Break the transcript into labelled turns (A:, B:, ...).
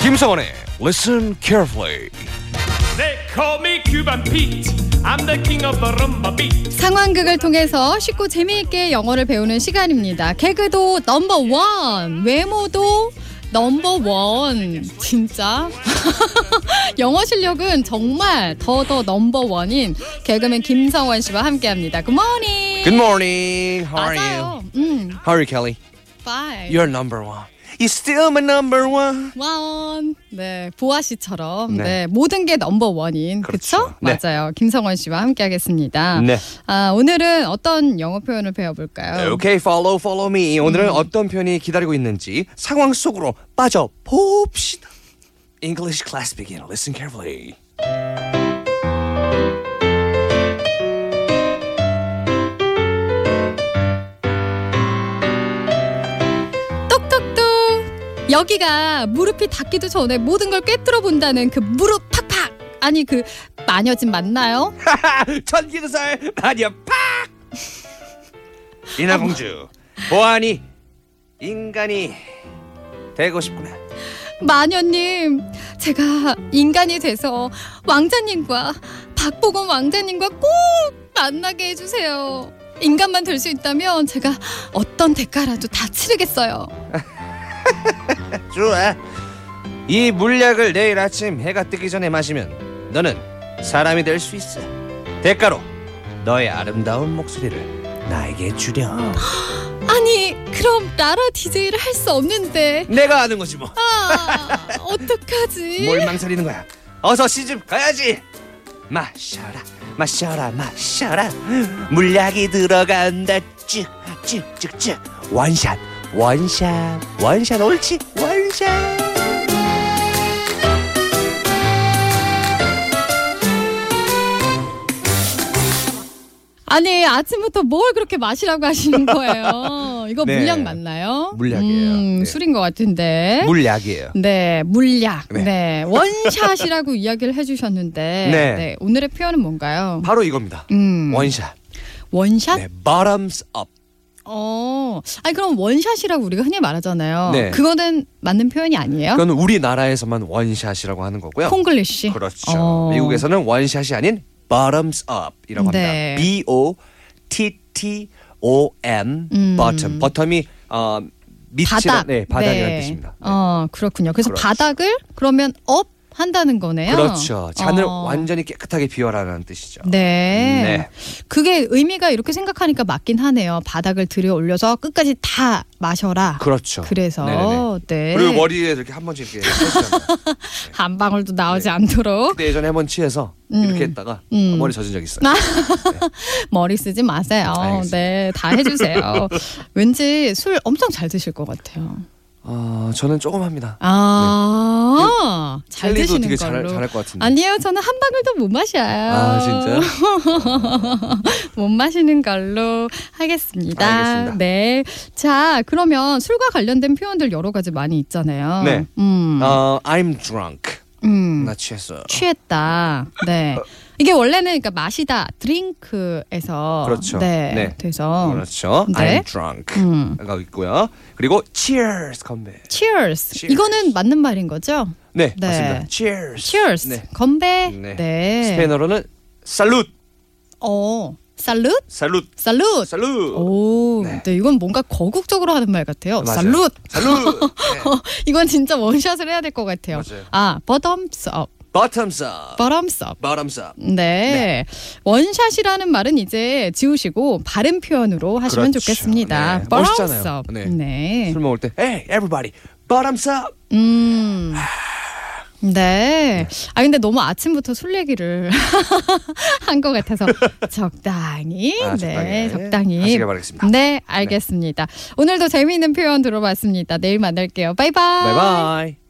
A: 김성원의 Listen Carefully.
B: They call me Cuban Pete. I'm the king of the rumba beat.
C: 상황극을 통해서 쉽고 재미있게 영어를 배우는 시간입니다. 개그도 넘버 원, 외모도 넘버 원. 진짜 영어 실력은 정말 더더 넘버 원인 개그맨 김성원 씨와 함께합니다. 굿모닝.
A: Good morning. How are you?
C: 맞아요. 음,
A: How are you, Kelly?
C: fine.
A: You're number one. You're still my number one.
C: 원. 네, 보아 씨처럼
A: 네.
C: 네. 모든 게 넘버 원인 그
A: 그렇죠.
C: 쵸
A: 네.
C: 맞아요. 김성원 씨와 함께하겠습니다.
A: 네.
C: 아, 오늘은 어떤 영어 표현을 배워볼까요?
A: Okay, follow, follow me.
C: 음.
A: 오늘은 어떤 편이 기다리고 있는지 상황 속으로 빠져 봅시다. English class begin. Listen carefully.
C: 똑똑똑 여기가 무릎이 닿기도 전에 모든 걸 꿰뚫어 본다는 그 무릎 팍팍 아니 그 마녀진 맞나요?
A: 천기도살 마녀 팍! 리나공주
C: 뭐.
A: 보아하니 인간이 되고 싶구나.
C: 마녀님 제가 인간이 돼서 왕자님과 박보검 왕자님과 꼭 만나게 해주세요 인간만 될 수 있다면 제가 어떤 대가라도 다 치르겠어요
A: 좋아. 이 물약을 내일 아침 해가 뜨기 전에 마시면 너는 사람이 될 수 있어. 대가로 너의 아름다운 목소리를 나에게 주렴.
C: 아니 그럼 나라 DJ를 할 수 없는데
A: 내가 아는 거지 뭐.
C: 아 예. 어떡하지
A: 뭘 망설이는 거야. 어서 시집 가야지. 마셔라, 마셔라, 마셔라. 물약이 들어간다. 쭉쭉쭉쭉. 원샷, 원샷, 원샷. 옳지, 원샷.
C: 아니 아침부터 뭘 그렇게 마시라고 하시는 거예요? 이거
A: 네.
C: 물약 맞나요?
A: 물약이에요.
C: 음,
A: 네.
C: 술인 것 같은데.
A: 물약이에요.
C: 네, 물약.
A: 네.
C: 네, 원샷이라고 이야기를 해주셨는데.
A: 네.
C: 오늘의 표현은 뭔가요?
A: 바로 이겁니다.
C: 음,
A: 원샷.
C: 원샷?
A: 네, bottoms up.
C: 어, 아니 그럼 원샷이라고 우리가 흔히 말하잖아요.
A: 네.
C: 그거는 맞는 표현이 아니에요?
A: 그건 우리나라에서만 원샷이라고 하는 거고요.
C: 콩글리시.
A: 그렇죠.
C: 어.
A: 미국에서는 원샷이 아닌 bottoms up이라고
C: 네.
A: 합니다. B O T T O M
C: 음.
A: bottom. bottom이 어, 밑이라
C: 바닥.
A: 네, 바닥이라는
C: 네.
A: 뜻입니다. 네.
C: 어, 그렇군요. 그래서
A: 그렇죠.
C: 바닥을 그러면 업 한다는 거네요.
A: 그렇죠. 잔을
C: 어.
A: 완전히 깨끗하게 비워라는 뜻이죠. 네.
C: 네. 그게 의미가 이렇게 생각하니까 맞긴 하네요. 바닥을 들여 올려서 끝까지 다 마셔라.
A: 그렇죠.
C: 래서
A: 네네네.
C: 네.
A: 그리고 뭐 머리에 이렇게 한 번씩 이렇게 해주잖아요.
C: 한 방울도 나오지
A: 네.
C: 않도록
A: 그때 예전에 한 번 취해서 이렇게 했다가
C: 음.
A: 머리 젖은 적 있어요.
C: 머리 쓰지 마세요.
A: 네. 알겠습니다.
C: 네, 다 해주세요. 왠지 술 엄청 잘 드실 것 같아요.
A: 어, 저는 조금 합니다.
C: 아, 잘
A: 찰리도
C: 드시는
A: 네. 되게 잘,
C: 걸로.
A: 잘할 것 같은데.
C: 아니에요, 저는 한 방울도 못 마셔요.
A: 아 진짜?
C: 못 마시는 걸로 하겠습니다.
A: 알겠습니다.
C: 네. 자, 그러면 술과 관련된 표현들 여러 가지 많이 있잖아요.
A: 네.
C: 음.
A: 어, I'm drunk.
C: 음.
A: 나 어. 취했어.
C: 취했다. 네. 이게 원래는 그러니까 마시다 드링크에서
A: 그렇죠.
C: 네.
A: 네.
C: 돼서
A: 그렇죠.
C: 네.
A: I'm drunk.
C: 음.
A: 가 있고요. 그리고 cheers 건배.
C: cheers.
A: Cheers.
C: 이거는 맞는 말인 거죠?
A: 네,
C: 네.
A: 맞습니다. cheers.
C: cheers.
A: 네.
C: 건배.
A: 네.
C: 네.
A: 스페인어로는 salute.
C: 어. salute.
A: salute.
C: salute.
A: salute.
C: 오,
A: 네.
C: 네. 이건 뭔가 거국적으로 하는 말 같아요.
A: 맞아요.
C: salute.
A: salute. 네.
C: 이건 진짜 원샷을 해야 될 것 같아요.
A: 맞아요.
C: 아, bottoms up,
A: bottoms up.
C: bottoms up.
A: bottoms up.
C: 네. 원샷이라는 말은 이제 지우시고 바른 표현으로 하시면
A: 그렇죠.
C: 좋겠습니다.
A: 네.
C: bottoms
A: 멋있잖아요.
C: up.
A: 네.
C: 네.
A: 술 먹을 때 hey everybody. bottoms up.
C: 음. 네. 아 근데 너무 아침부터 술 얘기를 한 것 같아서 적당히,
A: 아, 적당히
C: 네, 적당히
A: 하시길 바라겠습니다.
C: 네, 알겠습니다. 오늘도 재미있는 표현 들어봤습니다. 내일 만날게요. 바이바이.
A: bye bye.